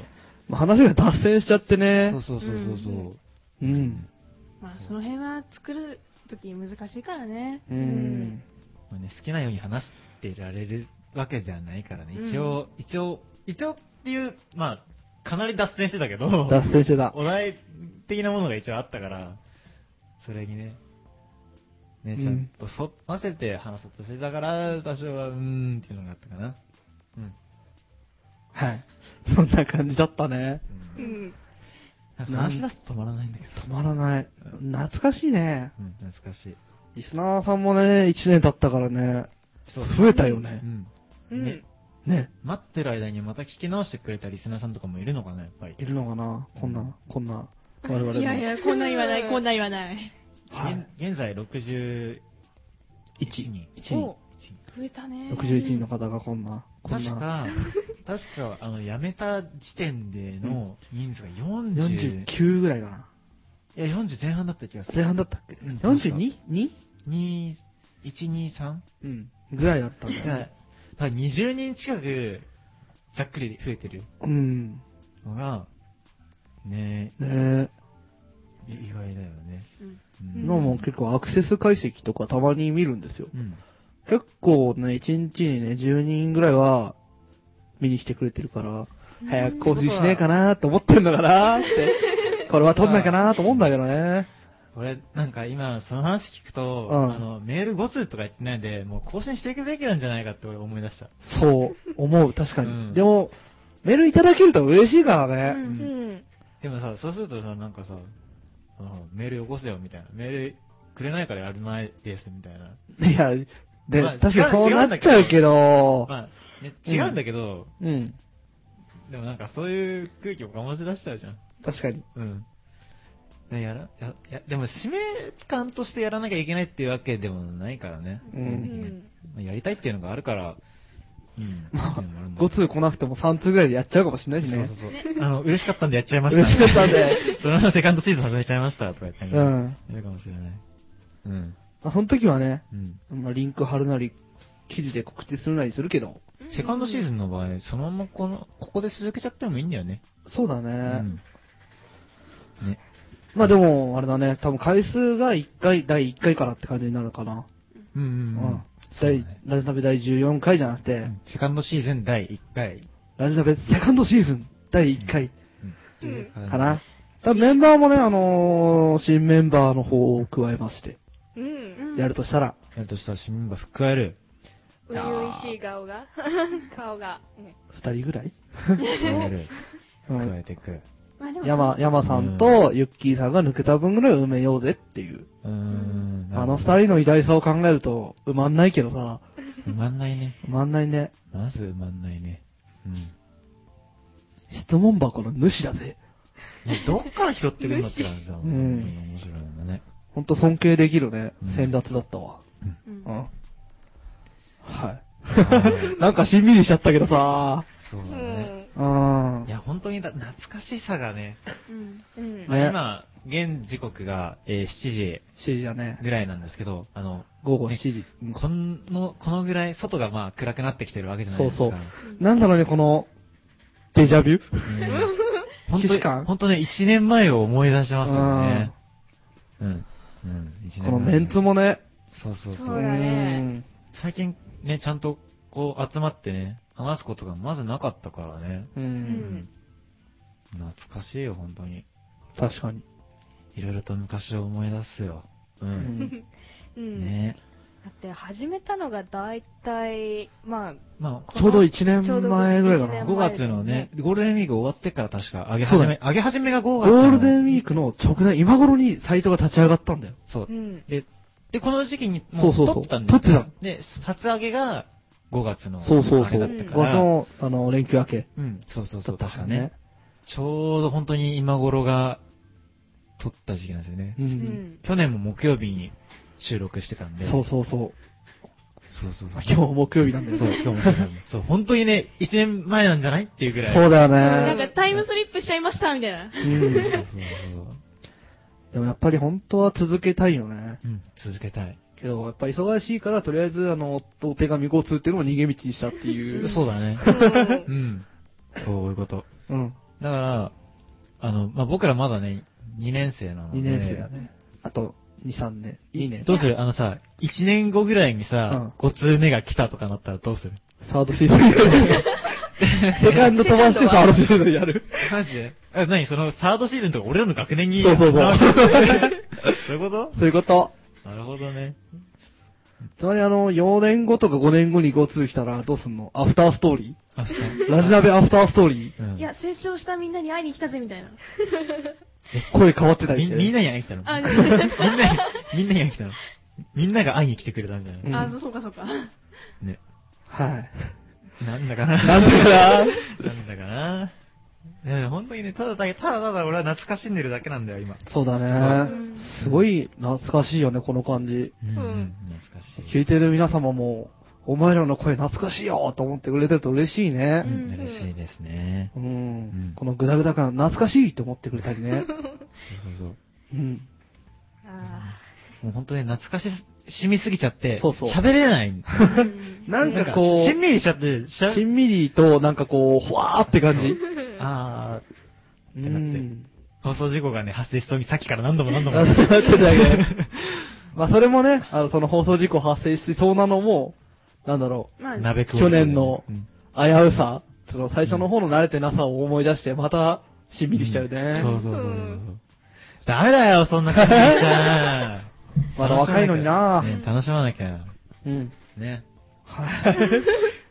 Speaker 2: まあ話が脱線しちゃってね
Speaker 4: そ。うそうそうそうそう。
Speaker 1: うん
Speaker 2: うん。
Speaker 3: まあ、その辺は作るとき難しいからね。
Speaker 2: うん。
Speaker 4: まあね、好きなように話してられるわけではないからね。一応、一応、一応っていう、まあ、かなり脱線してたけど、
Speaker 2: 脱線してた。
Speaker 4: お題的なものが一応あったから、それにね、ね、ちゃんと沿わせて話そうとしてたから、多少は、うーんっていうのがあったかな。うん。
Speaker 2: はい。 そんな感じだったね。
Speaker 1: う
Speaker 4: うん
Speaker 1: ん。
Speaker 4: なんか話し出すと止まらないんだけど。
Speaker 2: 止まらない。懐かしいね。
Speaker 4: うん、懐かしい。
Speaker 2: リスナーさんもね、1年経ったからね、
Speaker 4: そう。
Speaker 2: 増えたよ
Speaker 4: う
Speaker 2: ね。
Speaker 4: ん。
Speaker 1: うん。
Speaker 4: ね
Speaker 2: ね。
Speaker 4: 待ってる間にまた聞き直してくれたリスナーさんとかもいるのかな、やっぱり。
Speaker 2: いるのかなこんな、こんな、我々も。
Speaker 3: いやいや、こんなん言わない、こんなん言わない。
Speaker 2: はい。
Speaker 4: 現現在61
Speaker 2: 1
Speaker 4: 人。
Speaker 2: 人。
Speaker 4: 一人
Speaker 3: 増えたね。
Speaker 2: 61人の方がこんな、こん
Speaker 4: 確
Speaker 2: な、
Speaker 4: か、確か、あの、辞めた時点での人数が40、
Speaker 2: 49ぐらいかな。
Speaker 4: いや、40前半だった気がす
Speaker 2: 前
Speaker 4: る。
Speaker 2: 半だったっけ
Speaker 4: うん
Speaker 2: ?42?2?
Speaker 4: 2、1、2、3?
Speaker 2: うん。ぐらいだったん
Speaker 4: だ
Speaker 2: だ
Speaker 4: から
Speaker 2: よ
Speaker 4: だ
Speaker 2: ね。
Speaker 4: から20人近く、ざっくり増えてる
Speaker 2: うん。
Speaker 4: のが、ね
Speaker 2: ねえ。
Speaker 4: え、い意外だよね。
Speaker 1: うん
Speaker 4: うん
Speaker 2: 今も結構アクセス解析とかたまに見るんですよ。
Speaker 4: うん。
Speaker 2: 結構ね、1日にね、10人ぐらいは見に来てくれてるから、早く更新しねえかなと思ってんのかな って、これは撮んないかなと思うんだけどね。
Speaker 4: これ、なんか今、その話聞くと、
Speaker 2: うん
Speaker 4: あの、メール5通とか言ってないんで、もう更新していくべきなんじゃないかって俺思い出した。
Speaker 2: そう、思う、確かに。
Speaker 4: うん
Speaker 2: でも、メールいただけると嬉しいからね。
Speaker 1: う。
Speaker 3: うん
Speaker 4: でもさ、そうするとさ、なんかさ、あのメールよこせよみたいな。メールくれないからやるないですみたいな。
Speaker 2: いや、で、
Speaker 4: まあ
Speaker 2: 確かに
Speaker 4: 違う
Speaker 2: そうなっちゃうけど、
Speaker 4: まあ、ね、違うんだけど、
Speaker 2: うん、
Speaker 4: でもなんかそういう空気を醸し出しちゃうじゃん。
Speaker 2: 確かに。
Speaker 4: うん。ねやら、や、や、でも使命感としてやらなきゃいけないっていうわけでもないからね。
Speaker 2: う。
Speaker 1: うんん。
Speaker 4: まあやりたいっていうのがあるから、うん。
Speaker 2: ま
Speaker 4: っていうのもあるんだけ
Speaker 2: 5
Speaker 4: ど
Speaker 2: 通来なくても3通ぐらいでやっちゃうかもしれないし
Speaker 4: そう
Speaker 2: ね
Speaker 4: そ。うそう。あの、嬉しかったんでやっちゃいました。
Speaker 2: 嬉しかったんで。
Speaker 4: そのままセカンドシーズン始めちゃいましたとか言ってね。
Speaker 2: うん。
Speaker 4: や
Speaker 2: ま
Speaker 4: るかもしれない。うん。
Speaker 2: あ、その時はね、
Speaker 4: うん。
Speaker 2: まあ、リンク貼るなり、記事で告知するなりするけど、
Speaker 4: セカンドシー
Speaker 3: ズ
Speaker 4: ズンの場合、そのままこの、ここで続けちゃってもいいんだよね。
Speaker 2: そうだね。
Speaker 4: うん。ね。
Speaker 2: まあでも、あれだね、多分回数が1回、第1回からって感じになるかな。
Speaker 4: うんう
Speaker 2: うん
Speaker 4: うんん。。そう
Speaker 2: 第
Speaker 4: だね、
Speaker 2: ラジナベ第14回じゃなくて、
Speaker 4: セカンドシーズン第1回。
Speaker 2: ラジナベセカンドシーズン第1回
Speaker 1: うん。
Speaker 2: かな。多分メンバーもね、あのー新メンバーの方を加えまして、
Speaker 1: うん。うん。
Speaker 2: やるとしたら、
Speaker 4: やるとしたら新メンバー加える。
Speaker 1: ういういしい顔が。顔が。
Speaker 2: 2人ぐらい、
Speaker 4: 加える。
Speaker 2: う
Speaker 4: 加
Speaker 2: ん、
Speaker 4: えていく。
Speaker 3: まあでも
Speaker 2: 山、山さんとユッキーさんが抜けた分ぐらい埋めようぜっていう。
Speaker 4: うーん。
Speaker 2: あの二人の偉大さを考えると、埋まんないけどさ、
Speaker 4: 埋まんないね。
Speaker 2: 埋まんないね。
Speaker 4: まず埋まんないね。うん。
Speaker 2: 質問箱の主だぜ。
Speaker 4: ねどっから拾ってるんだって感じだもんね。
Speaker 2: うん
Speaker 4: 本当に面白いん だね。
Speaker 2: ほんと尊敬できるね、
Speaker 4: うん
Speaker 2: 先達だったわ。
Speaker 3: うん
Speaker 2: うん。はい。なんかしんみりしちゃったけどさ、
Speaker 4: そう
Speaker 1: う
Speaker 4: だね。
Speaker 1: ん。
Speaker 2: うん
Speaker 4: い。や、本当にだ懐かしさがね、
Speaker 3: うん
Speaker 1: うん。
Speaker 4: まあ
Speaker 2: ね
Speaker 4: 今、現時刻が、えー7時
Speaker 2: 7時だね。
Speaker 4: ぐらいなんですけど、あの、
Speaker 2: 午後7時。うん
Speaker 4: この、このぐらい、外がまあ暗くなってきてるわけじゃないですか。
Speaker 2: そうそうなんだろうね、この、デジャビュ
Speaker 4: 本
Speaker 2: 既視
Speaker 4: 当
Speaker 2: 感
Speaker 4: 本当ね、1年前を思い出しますよね。うん。うん。一年前
Speaker 2: このメンツもね、
Speaker 4: そうそうそう。
Speaker 1: そうだね
Speaker 4: 最近ね、ちゃんとこう集まってね、話すことがまずなかったからね。
Speaker 2: うん。
Speaker 1: う
Speaker 2: う。
Speaker 1: んん。
Speaker 4: 懐かしいよ、本当に。
Speaker 2: 確かに。
Speaker 4: いろいろと昔を思い出すよ。う。
Speaker 2: うんん。
Speaker 1: うん。
Speaker 4: ね
Speaker 1: だって始めたのが大体、まあ、
Speaker 4: まあ、
Speaker 1: こ
Speaker 2: ちょ
Speaker 1: の
Speaker 2: うど1年前ぐらいか
Speaker 1: ちょうど一年
Speaker 2: な。
Speaker 1: 前
Speaker 4: 5月のね、ゴールデンウィーク終わってから確か上げ
Speaker 2: そう
Speaker 4: 始
Speaker 2: だ
Speaker 4: め
Speaker 2: ね、
Speaker 4: 上げ始めが5
Speaker 2: ゴ
Speaker 4: 月
Speaker 2: ールデンウィー
Speaker 4: ク。
Speaker 2: クの直前、今頃にサイトが立ち上がったんだよ。
Speaker 4: そう
Speaker 1: う。ん。
Speaker 4: で、この時期に
Speaker 2: そうそうそう
Speaker 4: 撮ったんだよ
Speaker 2: 撮って
Speaker 4: で、初上げが5月の。
Speaker 2: そうそう
Speaker 4: あ
Speaker 2: そ
Speaker 4: れ
Speaker 2: う。
Speaker 4: だった
Speaker 2: 5
Speaker 4: か
Speaker 2: 月
Speaker 4: ら。
Speaker 2: の、あの、連休明け。
Speaker 4: うん、そうそうそう、
Speaker 2: だっ
Speaker 4: 確
Speaker 2: た
Speaker 4: か
Speaker 2: ら
Speaker 4: ね。。ちょうど本当に今頃が撮った時期なんですよね。
Speaker 2: う。
Speaker 1: うんん。
Speaker 4: 去年も木曜日に収録してたんで。
Speaker 2: そうそうそう。
Speaker 4: そうそう そう。
Speaker 2: 今日木曜日なんだよ。
Speaker 4: そう、今日も木曜日。そう、本当にね、1年前なんじゃないっていうぐらい。
Speaker 2: そうだよ
Speaker 3: なん
Speaker 2: ね。
Speaker 3: かタイムスリップしちゃいましたみたいな。
Speaker 2: うん
Speaker 4: そうそうそう。
Speaker 2: でもやっぱり本当は続けたいよね。
Speaker 4: うん、続けたい。
Speaker 2: けど、やっぱ忙しいから、とりあえず、あの、お手紙交通っていうのも逃げ道にしたっていう。
Speaker 4: そうだね。
Speaker 1: うん
Speaker 4: うん。そういうこと。
Speaker 2: うん。
Speaker 4: だから、あの、まあ、僕らまだね、2年生なので。
Speaker 2: 2年生だね。あと、2、3年。2年。
Speaker 4: どうするあのさ、1年後ぐらいにさ、5通目が来たとかなったらどうする
Speaker 2: サードシーズンやる。 セカンド飛ばしてサードシーズンやる。
Speaker 4: マジでえ、何その、サードシーズンとか俺らの学年に。
Speaker 2: そうそうそう
Speaker 4: な わけそういうこと
Speaker 2: そういうこと。
Speaker 4: なるほどね。
Speaker 2: つまりあの、4年後とか5年後に5通来たらどうすんのアフターストーリ
Speaker 4: あ、そう。
Speaker 2: ーラジナベアフターストーリ
Speaker 4: うん
Speaker 3: いや、成長したみんなに会いに来たぜみたいな。
Speaker 2: ー声変わってたり
Speaker 4: み
Speaker 2: して。
Speaker 4: みんなに会いに来たの
Speaker 3: あ、
Speaker 4: みんなに、みんなに会いに来たのみんなが会いに来てくれたみたい
Speaker 2: うん
Speaker 3: あ、そそうかそうか。
Speaker 4: な。ね。
Speaker 2: はい。
Speaker 4: なんだかな。
Speaker 2: なんでかな
Speaker 4: なんだかな。ね本当にね、ただだけ、ただただ俺は懐かしんでるだけなんだよ、今。
Speaker 2: そうだね。すごい懐かしいよね、この感じ。
Speaker 4: うん
Speaker 1: うん
Speaker 4: 懐かし
Speaker 2: 聞いてる皆様も、お前らの声懐かしいよと思ってくれてると嬉しいね
Speaker 4: う。ん
Speaker 3: うん
Speaker 4: 嬉しいですね。
Speaker 2: うん。
Speaker 4: ん
Speaker 2: このグダグダ感懐かしいと思ってくれたり ね。
Speaker 4: そうそうそう。
Speaker 2: うん。
Speaker 1: あ
Speaker 4: もう本当に懐かししみすぎちゃって、
Speaker 2: そうそう
Speaker 4: 喋れない。
Speaker 1: ー
Speaker 2: なん
Speaker 4: な
Speaker 2: か
Speaker 4: んか、
Speaker 2: こう、
Speaker 4: しんみりしちゃって、しゃ、
Speaker 2: しんみりと、なんかこう、ふわーって感じ。
Speaker 4: あー、
Speaker 2: う
Speaker 4: ってなって
Speaker 2: ん。
Speaker 4: 放送事故がね、発生しそうにさっきから何度も何度も。
Speaker 2: なってたけど まあ、それもね、あの、その放送事故発生しそうなのも、なんだろ
Speaker 3: まあ、
Speaker 4: 鍋食お
Speaker 2: 去
Speaker 4: う
Speaker 2: 年の
Speaker 4: うん
Speaker 2: う、危うさ、その最初の方の慣れてなさを思い出して、また、しんみりしちゃうね。
Speaker 4: そうそうそうそう
Speaker 1: う
Speaker 4: ダメだよ、そんなしんみりしちゃ。
Speaker 2: まだ若いのにな
Speaker 4: ね楽しまなきゃ。
Speaker 2: うん。
Speaker 4: ね。
Speaker 2: はい。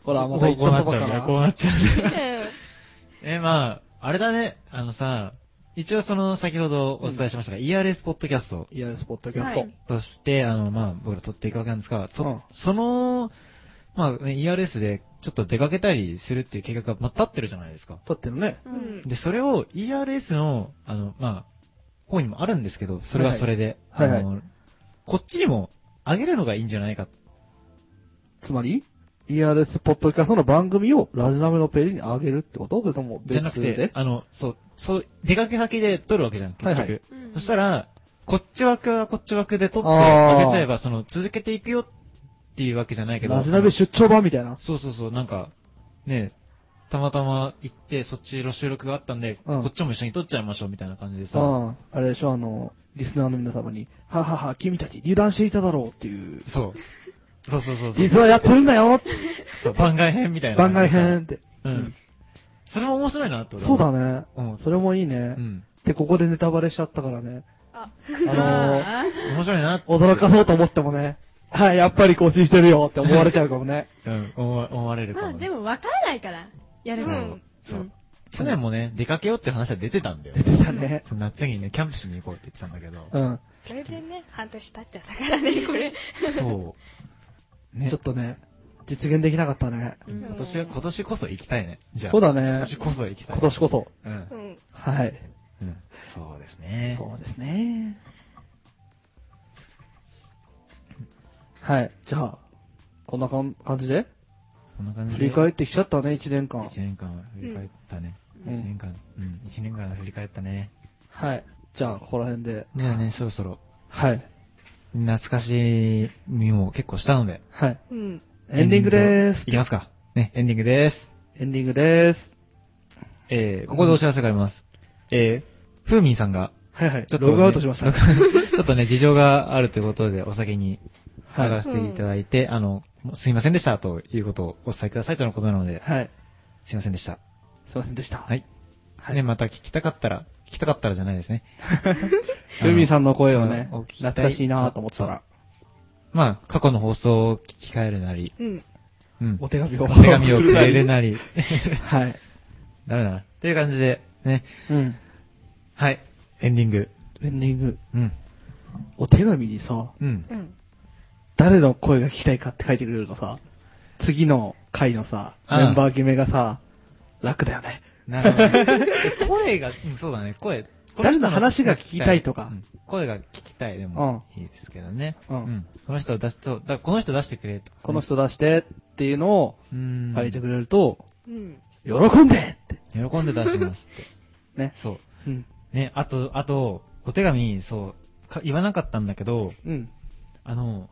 Speaker 2: ほら、また
Speaker 4: こう
Speaker 2: 行
Speaker 4: こうな
Speaker 2: ったと
Speaker 4: っち
Speaker 2: こか
Speaker 4: ゃうんだよ、
Speaker 2: な
Speaker 4: こうなっちゃうんだ
Speaker 1: うん
Speaker 4: よ。え、まあ、あれだね、あのさ、一応その、先ほどお伝えしましたが、ERS ポッドキャスト
Speaker 2: いや、スポットキャスト。
Speaker 3: はい
Speaker 4: として、あの、まあ、僕ら撮っていくわけなんですが、そ,、
Speaker 2: うん
Speaker 4: その、まあ、ね ERS でちょっと出かけたりするっていう計画が、まあ、立ってるじゃないですか。
Speaker 2: 撮ってるね。
Speaker 3: う。
Speaker 1: うんん
Speaker 4: で、それを ERS の、あの、まあ、方にもあるんですけど、それはそれで、
Speaker 2: はいはい
Speaker 4: あのこっちにも上げるのがいいんじゃないか。
Speaker 2: つまり、ERS ポッドキャストの番組をラジナムのページに上げるってことそれとも別
Speaker 4: じゃなくて
Speaker 2: で、
Speaker 4: あの、そう、そう、出かけ先で撮るわけじゃん、結局。
Speaker 2: はいはい
Speaker 3: うん
Speaker 4: そしたら、こっち枠はこっち枠で撮って、
Speaker 2: あー
Speaker 4: 上げちゃえば、その、続けていくよっていうわけじゃないけど。
Speaker 2: ラジナム出張版みたいな。
Speaker 4: そうそうそう、なんか、ね、たまたま行って、そっちの収録があったんで、
Speaker 2: うん
Speaker 4: こっちも一緒に撮っちゃいましょうみたいな感じでさ、
Speaker 2: ああ、あれでしょ、あの、リスナーの皆様に、ははは、君たち油断していただろうっていう、
Speaker 4: そう。そうそうそうそう
Speaker 2: 実はやってるんだよ
Speaker 4: そう番外編みたいな。
Speaker 2: 番外編っ。て。
Speaker 4: うん。それも面白いなと。
Speaker 2: そうだ
Speaker 4: ね。
Speaker 2: ね。
Speaker 4: うん。
Speaker 2: それもいいうね。
Speaker 4: ん。
Speaker 2: で、ここでネタバレしちゃったからね。
Speaker 1: あ
Speaker 2: あのー、
Speaker 3: あー
Speaker 4: 面白いなって。
Speaker 2: 驚かそうと思ってもね、はい、やっぱり更新してるよって思われちゃうかもね。
Speaker 4: うん。思わ思われるか
Speaker 3: ま
Speaker 4: も
Speaker 3: あ、
Speaker 4: ね。
Speaker 3: でも分からないから、やる
Speaker 4: そ
Speaker 3: の。。
Speaker 4: う。そううん去年もね、出かけようって話は 出てたんだよ。
Speaker 2: だね。
Speaker 4: そう夏にね、キャンプしに行こうって言ってたんだけど。
Speaker 2: うん。
Speaker 1: それでね、半年経っちゃったからね、これ。
Speaker 4: そう。ね
Speaker 2: ちょっとね、実現できなかったね。
Speaker 3: うん
Speaker 4: 今年は、今年こそ行きたいね。じゃあ。
Speaker 2: そうだ
Speaker 4: 今
Speaker 2: ね。
Speaker 4: 年こそ行きたい。
Speaker 2: 今年こそ。
Speaker 4: うん。
Speaker 1: うん。
Speaker 2: はい。
Speaker 4: うん。そうですね。
Speaker 2: そうですね。はい。じゃあ、こんなかん感じで
Speaker 4: こんな感じ
Speaker 2: 振
Speaker 4: で。
Speaker 2: り返ってきちゃったね、1年間。
Speaker 4: 一年間振り返ったね。
Speaker 2: うん
Speaker 4: 一年間。うん。一年間振り返ったね。
Speaker 2: はい。じゃあ、ここら辺で。
Speaker 4: じゃあね、そろそろ、
Speaker 2: はい。
Speaker 4: 懐かしみも結構したので。
Speaker 2: はい。
Speaker 1: うん。
Speaker 2: エンディングでーす
Speaker 4: い。きますか。ね、エンディングでーす。
Speaker 2: エンディングでーす。
Speaker 4: えー、ここでお知らせがあります。えー、ふーみんさんが、
Speaker 2: はいはい。
Speaker 4: ちょっと、
Speaker 2: ログアウトしました。
Speaker 4: ログアウトちょっとね、事情があるということで、お酒に
Speaker 2: は
Speaker 4: 上
Speaker 2: い。
Speaker 4: がら
Speaker 2: は
Speaker 4: せていただいて、あの、すいませんでしたということをお伝えくださいとのことなので、
Speaker 2: い。
Speaker 4: すいませんでした。
Speaker 2: すいませんでした。。。
Speaker 4: はいい。ね、また聞きたかったら、聞きたかったらじゃないですね
Speaker 2: ルミさんの声をね
Speaker 4: あのお聞、きしたい
Speaker 2: 懐かしいなーと思ったら、
Speaker 4: まあ、過去の放送を聞き返るなり、
Speaker 1: うん。
Speaker 4: うん。
Speaker 2: お手紙を。
Speaker 4: お手紙をくれるなり、
Speaker 2: はい。
Speaker 4: ダメだな。っていう感じで、ね。
Speaker 2: うん。
Speaker 4: はい。エンディング。
Speaker 2: エンディング。
Speaker 4: うん。
Speaker 2: お手紙にさ、
Speaker 4: うん。
Speaker 1: うん。
Speaker 2: 誰の声が聞きたいかって書いてくれるとさ、次の回のさ、
Speaker 4: うん
Speaker 2: メンバー決めがさ、楽だよね。
Speaker 4: なるほどね。 声が、うんそうだね、声。こ人
Speaker 2: 誰の話が聞きたいとか
Speaker 4: うん声が聞きたいでもいいですけどね。
Speaker 2: うん
Speaker 4: この人を出しそう、だからこの人出してくれとかね、
Speaker 2: この人出してっていうのを
Speaker 4: うん。
Speaker 2: 書いてくれると、
Speaker 1: うん。
Speaker 2: 喜んでって。
Speaker 4: 喜んで出します って。
Speaker 2: ね。
Speaker 4: そう。
Speaker 2: うん。
Speaker 4: ね、あと、あと、お手紙、そう、か言わなかったんだけど、
Speaker 2: うん。
Speaker 4: あの、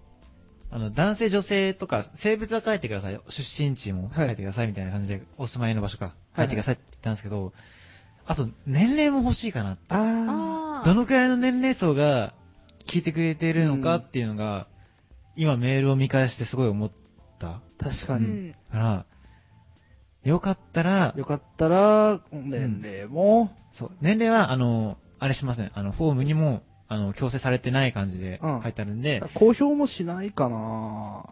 Speaker 4: あの、男性女性とか、性別は書いてください。出身地も書いてくださいみたいな感じで、お住まいの場所か、書いてくださいって言ったんですけど、あと、年齢も欲しいかな。
Speaker 2: あ
Speaker 3: あ
Speaker 4: どのくらいの年齢層が聞いてくれてるのかっていうのが、今メールを見返してすごい思った
Speaker 2: ー、確
Speaker 1: う
Speaker 2: かに。
Speaker 1: ん。
Speaker 4: から、よかったら、
Speaker 2: よかったら、年齢も、
Speaker 4: そう、年齢は、あの、あれしません。あの、フォームにも、あの、強制されてない感じで
Speaker 2: うん
Speaker 4: 書いてあるんで、
Speaker 2: 公表もしないかな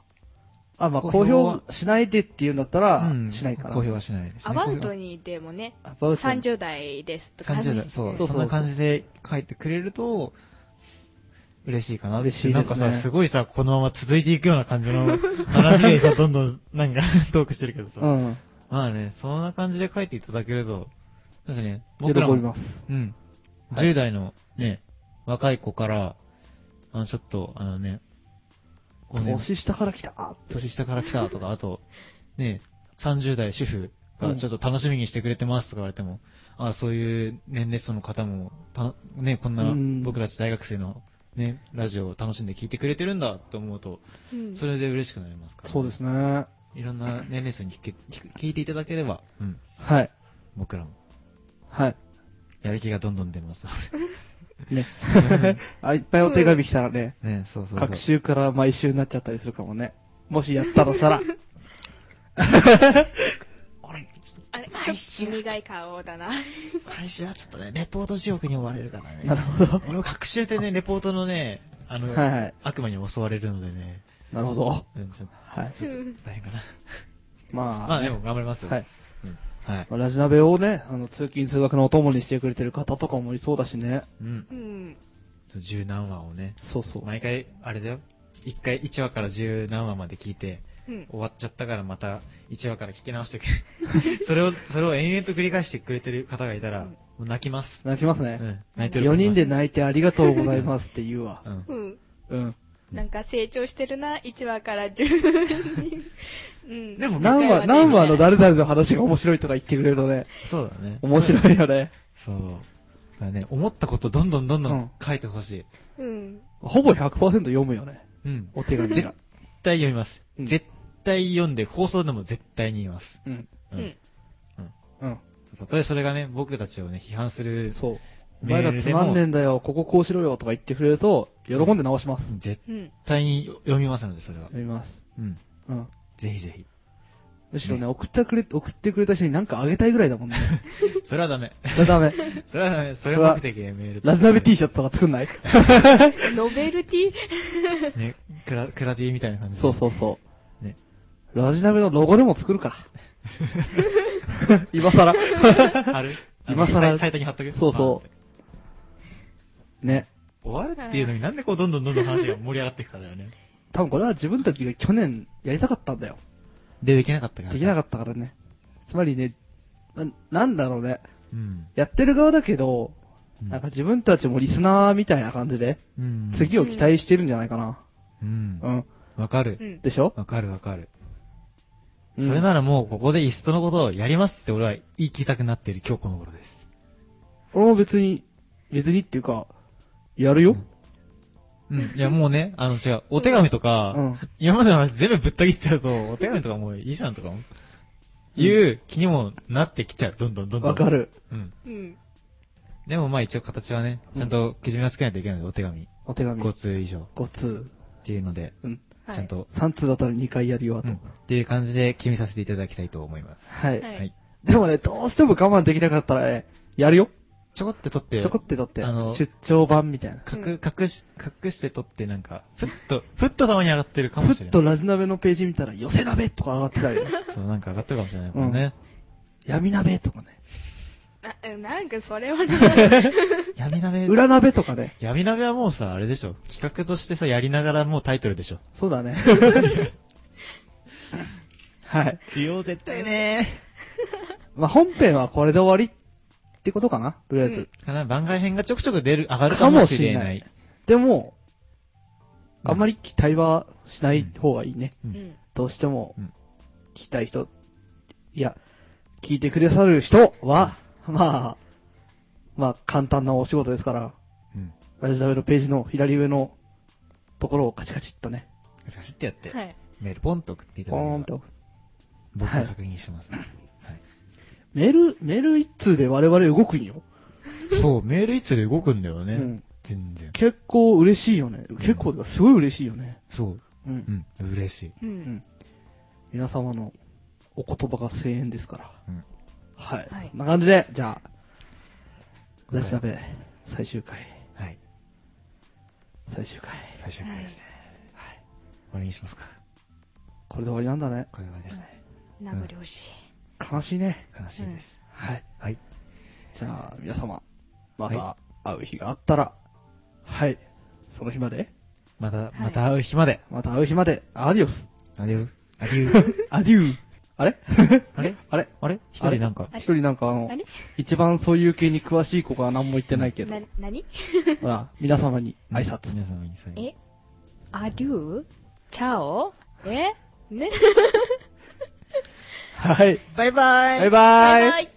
Speaker 2: あ、まあ、公
Speaker 4: 公表は
Speaker 2: 表しないでっていうんだったら、
Speaker 4: うん
Speaker 2: しないかな。
Speaker 4: 公表はしないです、ね。
Speaker 1: アバウトにでもね、
Speaker 2: アバウトに
Speaker 1: 30代ですとか、ね。
Speaker 4: 30代、そ
Speaker 2: そ
Speaker 4: う、
Speaker 2: うそう
Speaker 4: そんな感じで書いてくれると、嬉しいかなって
Speaker 2: 嬉しいですね
Speaker 4: なんかさ、すごいさ、このまま続いていくような感じの話 でさ、どんどん、なんか、 トークしてるけどさ。
Speaker 2: うん。
Speaker 4: まあね、そんな感じで書いていただけると、そうですね、
Speaker 2: 喜
Speaker 4: 僕ら
Speaker 2: び
Speaker 4: も、
Speaker 2: ます。
Speaker 4: うん、
Speaker 2: はい
Speaker 4: 10代のね、若い子から、あの、ちょっと、あのね、こうね
Speaker 2: 年下から来た。あ
Speaker 4: 年下から来たとか、あと、ね、30代主婦がちょっと楽しみにしてくれてますとか言われても、あそういう年齢層の方も、たね、こんな
Speaker 2: うん
Speaker 4: 僕たち大学生の、ね、ラジオを楽しんで聞いてくれてるんだと思うと、
Speaker 1: うん
Speaker 4: それで嬉しくなりますから、
Speaker 2: そうですね。
Speaker 4: いろんな年齢層に聞け聞聞いていただければ、うん、
Speaker 2: はい。
Speaker 4: 僕らも
Speaker 2: はい。
Speaker 4: やる気がどんどん出ます。
Speaker 2: ね。あ、いっぱいお手紙来たらね、
Speaker 4: ね、そうそうそう
Speaker 2: 各。週から毎週になっちゃったりするかもね。もしやったと したら。
Speaker 1: あれ、ちょっと苦い顔だな。
Speaker 4: 来週はちょっとね、レポート地獄に追われるからね
Speaker 2: なるほど。
Speaker 4: 俺も学習でね、レポートのね、あの、
Speaker 2: はいはい
Speaker 4: 悪魔に襲われるのでね、
Speaker 2: なるほど。
Speaker 4: うん、ちょっと
Speaker 2: はい。
Speaker 4: 大変かな。
Speaker 2: まあ、
Speaker 4: まあでも頑張りますよ。
Speaker 2: はい。
Speaker 4: うん。はい。
Speaker 2: まあラジナベをね、あの、通勤通学のお供にしてくれてる方とかもいそうだしね。
Speaker 4: うん
Speaker 1: う。ん。
Speaker 4: 十何話をね、
Speaker 2: そうそう。
Speaker 4: 毎回、あれだよ。一回1話から十何話まで聞いて、
Speaker 1: うん。
Speaker 4: 終わっちゃったからまた1話から聞き 直してくそれを、それを延々と繰り返してくれてる方がいたら、もう泣きます。
Speaker 2: 泣きます
Speaker 4: う
Speaker 2: ね。
Speaker 4: ん。泣いてる。
Speaker 2: 4人で。泣いてありがとうございますって言うわ
Speaker 4: う。ん。
Speaker 1: うん。
Speaker 2: うん。
Speaker 1: なんか成長してるな、1話から10人。うん。
Speaker 4: でも
Speaker 2: 何話、何話の誰々の話が面白いとか言ってくれるとね、
Speaker 4: そうだね。
Speaker 2: 面白いよね。
Speaker 4: そう。だからね、思ったことどんどんどんど
Speaker 2: うん
Speaker 4: ん書いてほしい。
Speaker 1: うん。
Speaker 2: ほぼ100%読むよね。
Speaker 4: うん。
Speaker 2: お手紙
Speaker 4: 絶
Speaker 2: が。
Speaker 4: 対読みます。
Speaker 2: うん
Speaker 4: 絶対読んで、放送でも絶対に言います。
Speaker 2: うん。
Speaker 1: うん。
Speaker 2: うん。
Speaker 4: たとえそれがね、僕たちをね、批判する、
Speaker 2: そう。お
Speaker 4: メ
Speaker 2: 前
Speaker 4: ー
Speaker 2: ら
Speaker 4: ル
Speaker 2: つ
Speaker 4: で
Speaker 2: まん
Speaker 4: も
Speaker 2: ねえんだよ、こここうしろよとか言ってくれると、喜んで直します。
Speaker 4: 絶
Speaker 1: うん。
Speaker 4: 対に読みますので、それは。
Speaker 2: 読みます。
Speaker 4: うん。
Speaker 2: うん。
Speaker 4: ぜひぜひ。
Speaker 2: むしろね、
Speaker 4: ね
Speaker 2: 送ってくれ、送ってくれた人に何かあげたいぐらいだもんね。
Speaker 4: それはダメ。
Speaker 2: それダメ。
Speaker 4: それはダメ。それ目的でメール
Speaker 2: ラジナベ T
Speaker 4: シ
Speaker 2: シャツとか作んない
Speaker 1: ノベルティ
Speaker 4: ャツ。ね、クラ、クラディみたいな感じで。
Speaker 2: そうそうそ
Speaker 4: ね。
Speaker 2: う。ラジナベのロゴでも作る か。今 更。
Speaker 4: あるあの
Speaker 2: 今更
Speaker 4: サイサイトに貼っとく
Speaker 2: そうそうね。
Speaker 4: う。終わるっていうのになんでこうどんどんどんどん話が盛り上がっていくかだよね。
Speaker 2: 多分これは自分たちが去年やりたかったんだよ。
Speaker 4: で、できなかったから。
Speaker 2: できな
Speaker 4: かっ
Speaker 2: かったからね。つまりね、ななんだろうね。
Speaker 4: た。うん。
Speaker 2: やってる側だけど、
Speaker 4: うん
Speaker 2: なんか、自分たちもリスナーみたいな感じで、
Speaker 4: うん。。
Speaker 2: 次を期待してるんじゃないかな。
Speaker 4: うん
Speaker 2: う。ん。
Speaker 4: わか
Speaker 1: う
Speaker 4: る。
Speaker 1: ん。
Speaker 2: でしょ
Speaker 4: わかるわかる。
Speaker 2: うん
Speaker 4: それならもう、ここでいっそのことをやりますって俺は言い切りたくなっている今日この頃です。
Speaker 2: 俺も別に、別にっていうか、やるよ。
Speaker 4: うん。いや、もうね、あの、違う。お手紙とか、
Speaker 2: うん。
Speaker 4: 今までの話全部ぶった切っちゃうと、お手紙とかもういいじゃんとか、いう気にもなってきちゃう。どんどんどんどん。
Speaker 2: わか
Speaker 4: る。
Speaker 2: る。
Speaker 4: うん。
Speaker 1: うん。
Speaker 4: でもまあ一応形はね、ちゃんとけじめはつけないといけないので、お手紙。
Speaker 2: お手紙。
Speaker 4: 交通以上。
Speaker 2: 5通。
Speaker 4: っていうので、
Speaker 2: うん。
Speaker 1: はい
Speaker 4: ちゃんと、
Speaker 2: 3通だったら2回やるよ、あと。
Speaker 4: うんっていう感じで決めさせていただきたいと思います。
Speaker 2: はい。
Speaker 1: はい
Speaker 4: はい。
Speaker 2: でもね、どうしても我慢できなかったらね、やるよ。
Speaker 4: ちょこって取って、
Speaker 2: ちょこってだって
Speaker 4: あ、の
Speaker 2: 出張版みたいな。
Speaker 4: 隠、隠し、隠して取ってなんか、ふっと、ふっとたまに上がってるかも
Speaker 2: ふ
Speaker 4: し
Speaker 2: っ
Speaker 4: れない。
Speaker 2: とラジナベのページ見たら、寄せ鍋とか上がってたりね、
Speaker 4: そう、なんか上がってるかもしれないもんね。
Speaker 2: 闇鍋とかね、
Speaker 1: ななんかそれはね、
Speaker 4: 闇鍋、
Speaker 2: 裏鍋とかね。
Speaker 4: 闇鍋はもうさ、あれでしょ。企画としてさ、やりながらもうタイトルでしょ。
Speaker 2: そうだね。はい。
Speaker 4: 需要絶対ね
Speaker 2: まあ、本編はこれで終わりってことかなとりあえず。
Speaker 1: うん
Speaker 4: かな、番外編がちょくちょく出る、上がるかもしれない。
Speaker 2: でも、
Speaker 4: うん
Speaker 2: あんまり期待はしない方がいいね。
Speaker 4: う
Speaker 1: うんん。
Speaker 2: どうしても
Speaker 4: うん、
Speaker 2: 聞きたい人、いや、聞いてくださる人は、まあ、まあ、簡単なお仕事ですから、
Speaker 4: うん。
Speaker 2: ラジナベのページの左上のところをカチカチっとね、
Speaker 4: 写真ってやって、
Speaker 1: はい。
Speaker 4: メールポンと送っていただ
Speaker 2: ポ
Speaker 4: ければ
Speaker 2: ーンと。
Speaker 4: 僕が確認してます、ね。
Speaker 2: メール、メール一通で我々動くんよ。
Speaker 4: そう、メールいつで動くんだよね。
Speaker 2: うん
Speaker 4: 全然。
Speaker 2: 結構嬉しいよね。結構、すごい嬉しいよね。
Speaker 4: そう。
Speaker 2: うん。
Speaker 4: うん。嬉しい。
Speaker 1: う
Speaker 2: うん
Speaker 1: ん。
Speaker 2: 皆様のお言葉が声援ですから。
Speaker 4: うん
Speaker 2: はい。
Speaker 1: はい
Speaker 2: そんな感じで、じゃあ、
Speaker 4: はい
Speaker 2: ラジナベ最終回、
Speaker 4: はい。
Speaker 2: 最終回。
Speaker 4: 最終回ですね。はい。終わりにしますか。
Speaker 2: これで終わりなんだね。
Speaker 4: これで終わりですね。
Speaker 1: 名残惜しい。
Speaker 2: 悲しいね。
Speaker 4: 悲しいです。
Speaker 2: はい。
Speaker 4: はい。
Speaker 2: じゃあ、皆様、ま
Speaker 4: は
Speaker 2: た会う日があったら、はい。その日まで、
Speaker 4: また、
Speaker 1: い
Speaker 4: また会う日まで。
Speaker 2: また会う日まで、アディオス。
Speaker 4: アデュー。アデュー。
Speaker 2: アデュー。あれ
Speaker 4: あれ
Speaker 2: あれ
Speaker 4: あれ一人なんか。
Speaker 2: 一人なんかあの
Speaker 1: あ、れ
Speaker 2: 一番そういう系に詳しい子が何も言ってないけど
Speaker 1: な、、何
Speaker 2: ほら、皆様に挨拶。
Speaker 4: 皆様に最後。
Speaker 1: えアデューチャオえね
Speaker 2: はい。
Speaker 4: バイバ
Speaker 2: バイバ
Speaker 1: バイ
Speaker 2: イ
Speaker 1: バイ